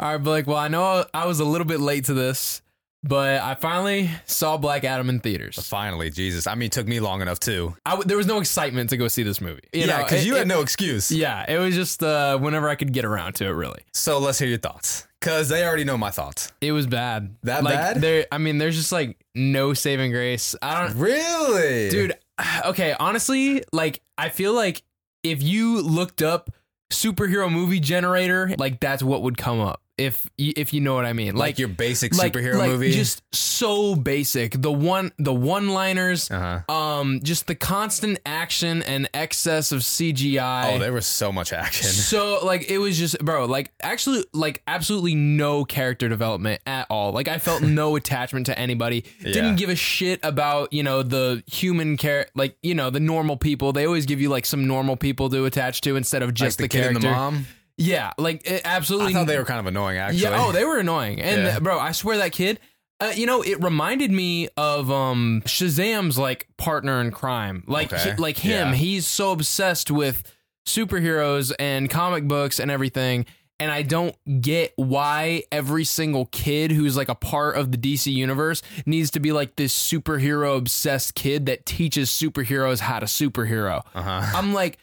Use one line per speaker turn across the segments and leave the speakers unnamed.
All right, Blake. Well, I know I was a little bit late to this, but I finally saw Black Adam in theaters.
Finally, Jesus. I mean, it took me long enough too.
I w- there was no excitement to go see this movie. You
yeah,
know,
because
it-
you
it-
had no excuse.
Yeah, it was just uh, whenever I could get around to it. Really,
So let's hear your thoughts, because they already know my thoughts.
it was bad.
That
like,
bad?
There, I mean, there's just like no saving grace. I don't,
Really,
dude. Okay, honestly, like I feel like if you looked up superhero movie generator, like that's what would come up. If y- if you know what I mean,
Like,
like,
your basic
like-
superhero
like,
movie.
just so basic. The one, the one liners.
uh-huh.
um just the constant action and excess of CGI.
Oh, there was so much action.
so like it was just bro, like actually like absolutely no character development at all. Like I felt no attachment to anybody.
Yeah.
Didn't give a shit about, you know, the human care like, you know, the normal people. They always give you like some normal people to attach to instead of just
like
the,
the, kid
character.
and the mom.
Yeah, like it absolutely
I thought they were kind of annoying, actually.
yeah, oh, they were annoying. And
Yeah.
bro, I swear that kid. Uh, you know, it reminded me of um, Shazam's like partner in crime, like
Okay.
he- like him.
Yeah.
He's so obsessed with superheroes and comic books and everything. And I don't get why every single kid who's like a part of the DC universe needs to be like this superhero obsessed kid that teaches superheroes how to superhero.
uh-huh.
I'm like,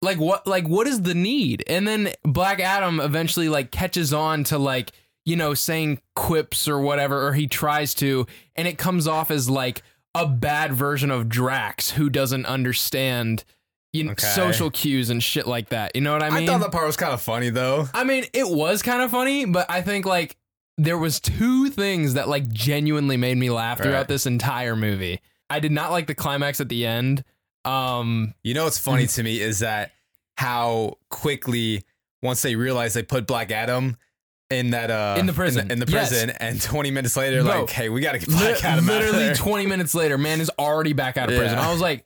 like what, like what is the need? And then Black Adam eventually like catches on to like you know saying quips or whatever, or he tries to, and it comes off as like a bad version of Drax who doesn't understand you know,
Okay.
social cues and shit like that. You know what I
I,
mean?
thought that part was kind of funny, though.
I mean, it was kind of funny, but I think like there was two things that like genuinely made me laugh
Right.
throughout this entire movie. I did not like the climax at the end. Um,
You know what's funny to me is that how quickly once they realized they put Black Adam in that uh
In the prison.
in the,
Yes.
prison, and 20 minutes later,
Bro,
like, hey, we got to get
Li-
Black Adam out of
literally
there.
20 minutes later, man is already back out of
Yeah. Oh
prison. I was like,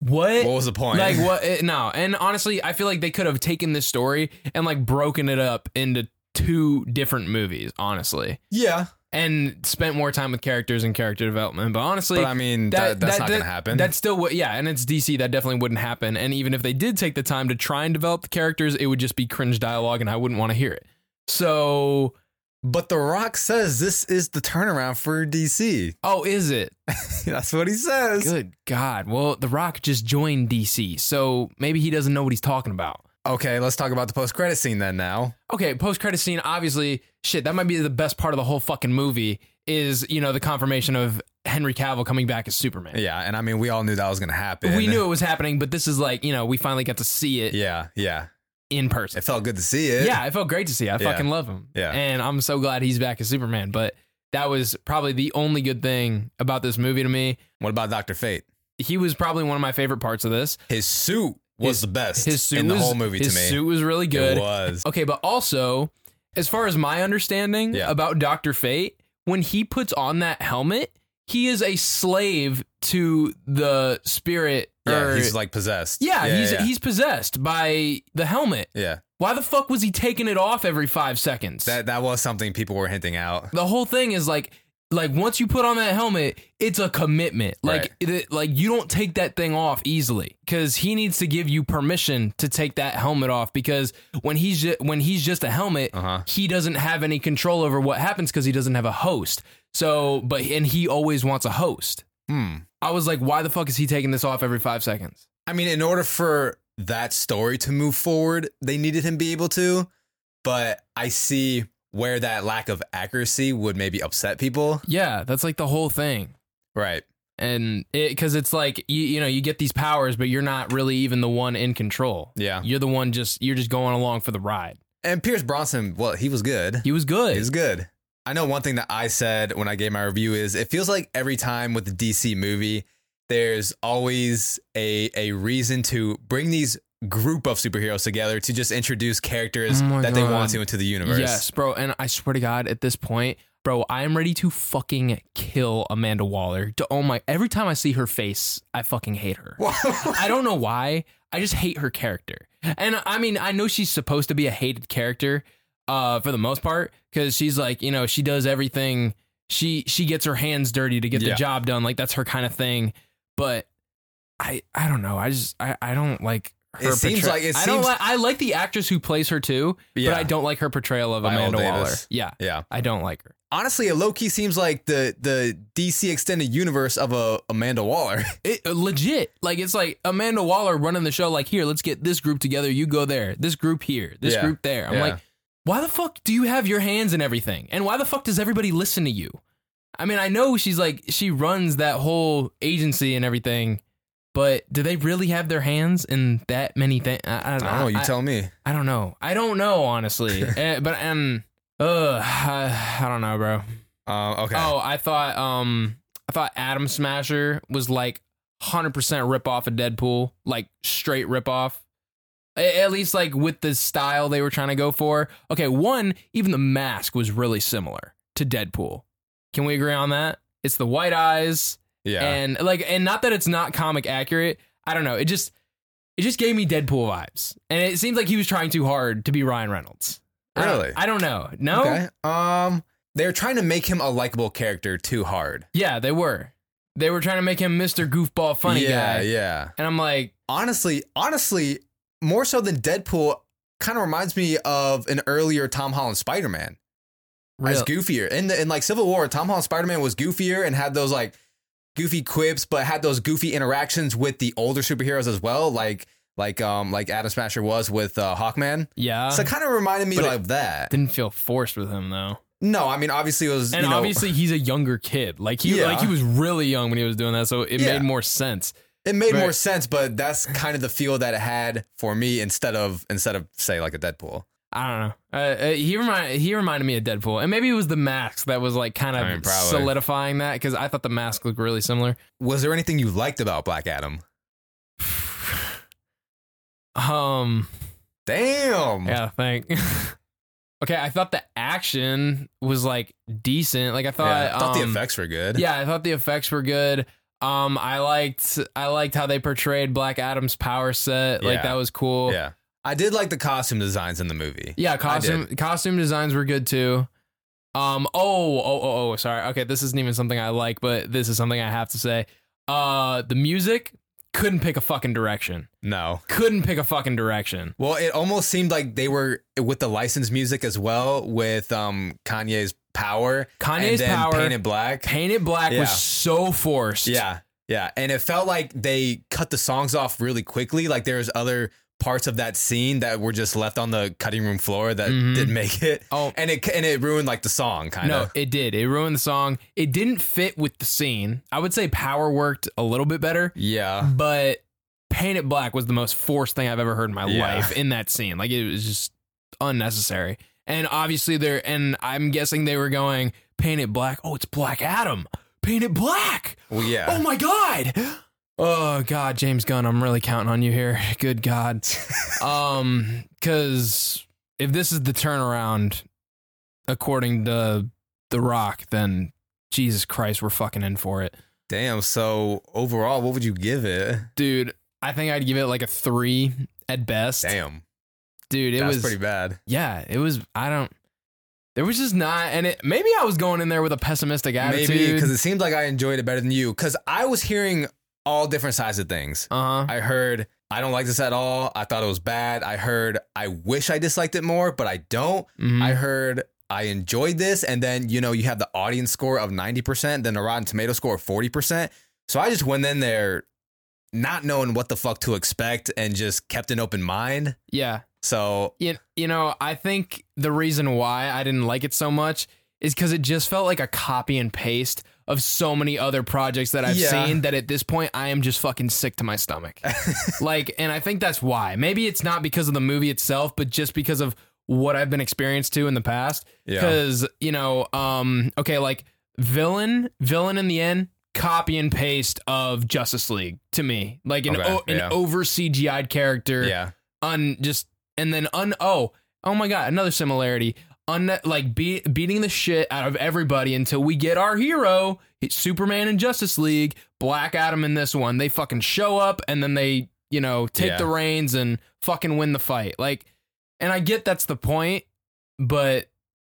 what?
what was the point?
like what? It, no. And honestly, I feel like they could have taken this story and like broken it up into two different movies, honestly,
Yeah,
and spent more time with characters and character development. But honestly,
but I mean, that, that's not gonna happen.
That's still what, yeah, and it's DC. That definitely wouldn't happen. And even if they did take the time to try and develop the characters, it would just be cringe dialogue, and I wouldn't want to hear it. So,
but The Rock says this is the turnaround for DC.
oh, is it?
that's what he says.
Good God. Well, The Rock just joined DC, so maybe he doesn't know what he's talking about.
Okay, let's talk about the post credit scene then. Now,
Okay, post credit scene, obviously, shit, that might be the best part of the whole fucking movie is, you know, the confirmation of Henry Cavill coming back as Superman.
yeah, and I mean, we all knew that was gonna happen.
We knew it was happening, but this is like, you know, we finally got to see it
Yeah, yeah,
in person.
it felt good to see it.
yeah, it felt great to see. I fucking love him.
Yeah.
And I'm so glad he's back as Superman, but that was probably the only good thing about this movie to me.
What about Doctor Fate?
He was probably one of my favorite parts of this.
His suit was
His-
the best.
His suit
in the
was,
whole movie
his
to me.
suit was really good.
It was.
Okay, but also, as far as my understanding
Yeah.
about Dr. Fate, when he puts on that helmet, he is a slave to the spirit.
Yeah,
or-
he's like possessed.
yeah, he's
yeah.
he's possessed by the helmet.
Yeah.
Why the fuck was he taking it off every five seconds?
That that was something people were hinting out.
the whole thing is like like once you put on that helmet it's a commitment like
Right.
it- like you don't take that thing off easily because he needs to give you permission to take that helmet off because when he's ju- when he's just a helmet
Uh-huh.
he doesn't have any control over what happens because he doesn't have a host so but and he always wants a host
Hmm.
i was like why the fuck is he taking this off every five seconds
I mean, in order for that story to move forward, they needed him be able to, but I see where that lack of accuracy would maybe upset people.
yeah that's like the whole thing
Right.
and it because it's like you, you know you get these powers but you're not really even the one in control
Yeah.
You're the one just you're just going along for the ride.
And Pierce Bronson, well, he was good.
He was good.
He was good. I know one thing that I said when I gave my review is it feels like every time with the DC movie, there's always a a reason to bring these group of superheroes together to just introduce characters
Oh my
that they
God.
want to into the universe.
yes, bro. And I swear to God, at this point, bro, I am ready to fucking kill Amanda Waller. To, oh my! Every time I see her face, I fucking hate her. I don't know why. I just hate her character. And I mean, I know she's supposed to be a hated character, uh, for the most part, because she's like, you know, she does everything. She she gets her hands dirty to get
Yeah.
the job done. Like that's her kind of thing. But I I don't know. I just I I don't like her
It seems
portray-
like- it
I don't
seems-
like I like the actress who plays her too,
Yeah.
but I don't like her portrayal of
Viola
Amanda Waller.
Davis.
Yeah.
Yeah.
I don't like her.
Honestly, it low key seems like the the DC extended universe of a Amanda Waller.
It uh, legit. Like it's like Amanda Waller running the show like, "Here, let's get this group together. You go there. This group here. This
Yeah.
group there." I'm
Yeah.
like, "Why the fuck do you have your hands in everything? And why the fuck does everybody listen to you?" I mean, I know she's like she runs that whole agency and everything, but do they really have their hands in that many things? I, I
I don't know. You
I-
tell me.
I don't know. I don't know honestly. Eh, but um, ugh, I, I don't know, bro.
Uh, okay.
Oh, I thought um, I thought Atom Smasher was like hundred percent rip off of Deadpool, like straight rip off. A- At least like with the style they were trying to go for. Okay, one even the mask was really similar to Deadpool. Can we agree on that? It's the white eyes
yeah.
and like and not that it's not comic accurate i don't know it just it just gave me deadpool vibes and it seems like he was trying too hard to be ryan reynolds I don't-
Really?
i don't know no
Okay. Um, they're trying to make him a likable character too hard.
yeah they were they were trying to make him mr goofball funny
yeah,
guy
Yeah.
and i'm like
Honestly, honestly, more so than Deadpool, kind of reminds me of an earlier Tom Holland Spider Man. As
real-
goofier in the in like Civil War, Tom Holland Spider Man was goofier and had those like goofy quips, but had those goofy interactions with the older superheroes as well, like like um like Adam Smasher was with uh, Hawkman.
yeah
so it kind of reminded me
Uh-huh. but it
like that.
didn't feel forced with him though
No, I mean obviously it was
and
you know,
obviously he's a younger kid like he
Yeah.
like he was really young when he was doing that so it
Yeah.
made more sense
It made
Right.
more sense, but that's kind of the feel that it had for me instead of instead of say like a Deadpool.
I don't know. Uh, uh, he remind he reminded me of Deadpool, and maybe it was the mask that was like kind of
I mean, probably.
solidifying that because I thought the mask looked really similar.
Was there anything you liked about Black Adam?
Um,
Damn.
yeah, thank. okay, I thought the action was like decent. Like I thought,
Yeah, I thought the
um,
effects were good.
Yeah, I thought the effects were good. Um, I liked I liked how they portrayed Black Adam's power set. Like
Yeah.
that was cool.
Yeah. I did like the costume designs in the movie.
Yeah, costume costume designs were good too. Um. Oh. Oh. Oh. Oh. Sorry. Okay. This isn't even something I like, but this is something I have to say. Uh, the music couldn't pick a fucking direction.
No.
Couldn't pick a fucking direction.
Well, it almost seemed like they were with the licensed music as well with um Kanye's Power and
Kanye's
then
power,
Painted
painted,
Black.
black,
Yeah.
was so forced.
Yeah. Yeah. And it felt like they cut the songs off really quickly. Like there's other parts of that scene that were just left on the cutting room floor that
Mhm.
didn't make it.
Oh.
And it and it ruined like the song kind
No,
of.
it did. It ruined the song. It didn't fit with the scene. I would say power worked a little bit better.
Yeah.
but painted black was the most forced thing I've ever heard in my
Yeah.
life in that scene. Like it was just unnecessary. And obviously they're and I'm guessing they were going painted black. Oh, it's Black Adam. Painted black.
Well, yeah.
Oh my god. Oh god, James Gunn, I'm really counting on you here. Good god. um cuz if this is the turnaround according to The Rock, then Jesus Christ, we're fucking in for it
Damn. So overall, what would you give it?
dude i think i'd give it like a three at best
Damn.
dude it
that's
was
pretty bad.
yeah it was i don't there was just not and it maybe i was going in there with a pessimistic attitude
Maybe because it seemed like I enjoyed it better than you. Because I was hearing all different sides of things.
uh-huh
I heard I don't like this at all. I thought it was bad. I heard I wish I disliked it more, but I don't.
Mhm.
I heard I enjoyed this, and then you know you have the audience score of ninety percent, then a Rotten Tomato score of forty percent. So I just went in there not knowing what the fuck to expect and just kept an open mind.
yeah
So
you, you know i think the reason why i didn't like it so much is because it just felt like a copy and paste of so many other projects that i've
Yeah.
seen that at this point i am just fucking sick to my stomach like and i think that's why maybe it's not because of the movie itself but just because of what i've been experienced to in the past
yeah,
because you know um okay like villain villain in the end copy and paste of justice league to me like an,
Okay,
o- an
yeah.
over cgi'd character
yeah,
un just and then un oh oh my god another similarity un like be, beating the shit out of everybody until we get our hero it's superman and justice league black adam in this one they fucking show up and then they you know take
Yeah.
the reins and fucking win the fight like and i get that's the point but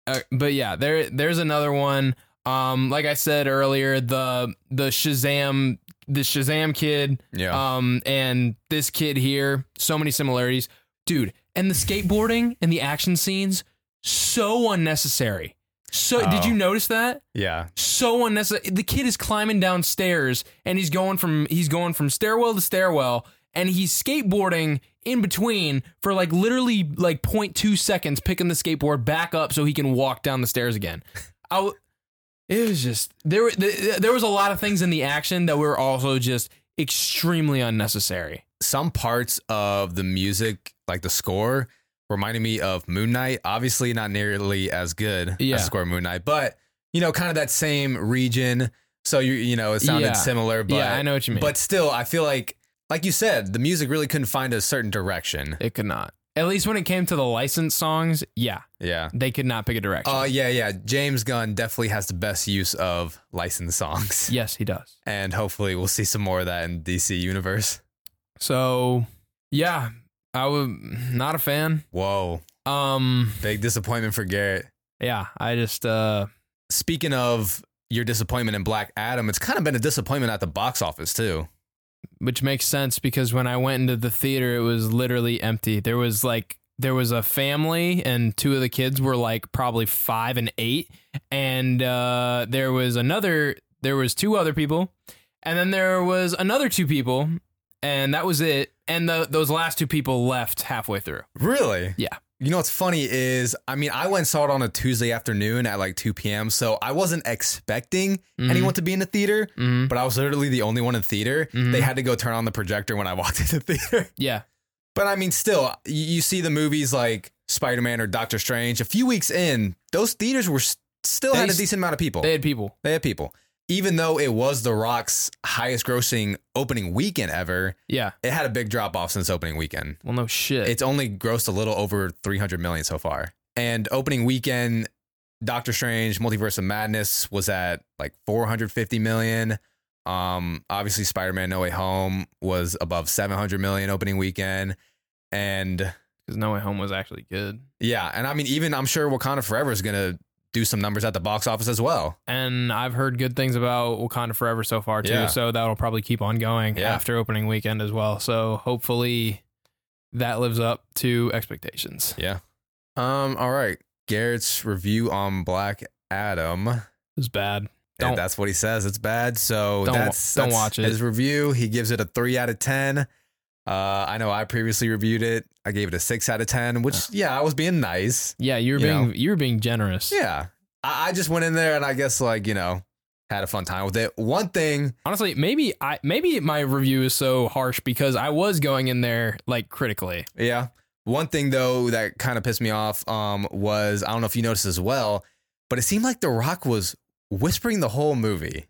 uh, but yeah there there's another one um like i said earlier the the shazam the Shazam kid,
Yeah.
um, and this kid here. So many similarities, dude. And the skateboarding and the action scenes so unnecessary. So did
Oh.
you notice that?
yeah.
so unnecessary. The kid is climbing downstairs and he's going from he's going from stairwell to stairwell and he's skateboarding in between for like literally like 0.2 seconds picking the skateboard back up so he can walk down the stairs again. I w- it was just there were th- there was a lot of things in the action that were also just extremely unnecessary.
Some parts of the music, like the score, reminded me of Moon Knight. Obviously, not nearly as good
Yeah.
as the score of Moon Knight, but you know, kind of that same region. So you you know, it sounded
Yeah.
similar, but
yeah, I know what you mean.
but still, I feel like like you said, the music really couldn't find a certain direction.
it could not. At least when it came to the licensed songs, yeah,
Yeah.
they could not pick a direction.
Uh yeah, yeah. James Gunn definitely has the best use of licensed songs.
yes, he does.
And hopefully we'll see some more of that in DC universe.
So yeah, I was not a fan.
Whoa.
Um,
Big disappointment for Garrett.
yeah, I just uh,
Speaking of your disappointment in Black Adam, it's kind of been a disappointment at the box office too.
which makes sense because when I went into the theater, it was literally empty. There was like there was a family and two of the kids were like probably five and eight, and uh, there was another there was two other people, and then there was another two people, and that was it. And the, those last two people left halfway through.
Really?
Yeah.
You know what's funny is, I mean, I went and saw it on a Tuesday afternoon at like 2 p.m. So I wasn't expecting
Mm-hmm,
anyone to be in the theater,
hmm
but I was literally the only one in the theater.
Mhm.
They had to go turn on the projector when I walked into the theater.
Yeah,
But I mean, still, you, you see the movies like Spider Man or Doctor Strange. A few weeks in, those theaters were s- still
They
had a
s-
decent amount of people.
they had people.
They had people. Even though it was The Rock's highest grossing opening weekend ever,
Yeah.
it had a big drop off since opening weekend.
Well, no shit.
It's only grossed a little over 300 million so far. And opening weekend, Doctor Strange Multiverse of Madness was at like 450 million. Um, obviously Spider-Man No Way Home was above 700 million opening weekend. And
because No Way Home was actually good.
yeah, and I mean even I'm sure Wakanda Forever is going to do some numbers at the box office as well.
And I've heard good things about Wakanda Forever so far too,
Yeah.
so that'll probably keep on going
Yeah.
after opening weekend as well. So hopefully that lives up to expectations.
Um all right, Garrett's review on Black Adam.
It was bad.
And
Don't-
that's what he says. It's bad. So
Don't wa-
that's,
don't
that's
watch it.
His review, he gives it a three out of ten. Uh, I know I previously reviewed it. I gave it a six out of ten, which yeah, I was being nice.
Yeah, you were
You
being
know?
you were being generous.
Yeah, I, I just went in there and I guess like you know had a fun time with it. One thing,
Honestly, maybe I maybe my review is so harsh because I was going in there like critically.
yeah, one thing though that kind of pissed me off um, was I don't know if you noticed as well, but it seemed like The Rock was whispering the whole movie.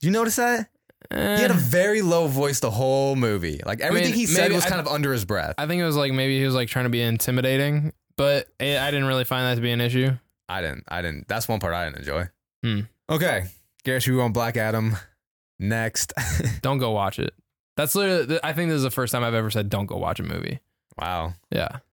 Do you notice that? He had a
Eh,
very low voice the whole movie. Like everything he said
maybe
was
I-
kind of under his breath.
I think it was like maybe he was like trying to be intimidating, but eh, I didn't really find that to be an issue.
I didn't. I didn't. That's one part I didn't enjoy.
Hmm.
Okay, Garrett, you on Black Adam next?
Don't go watch it. That's literally. I think this is the first time I've ever said don't go watch a movie.
wow,
Yeah.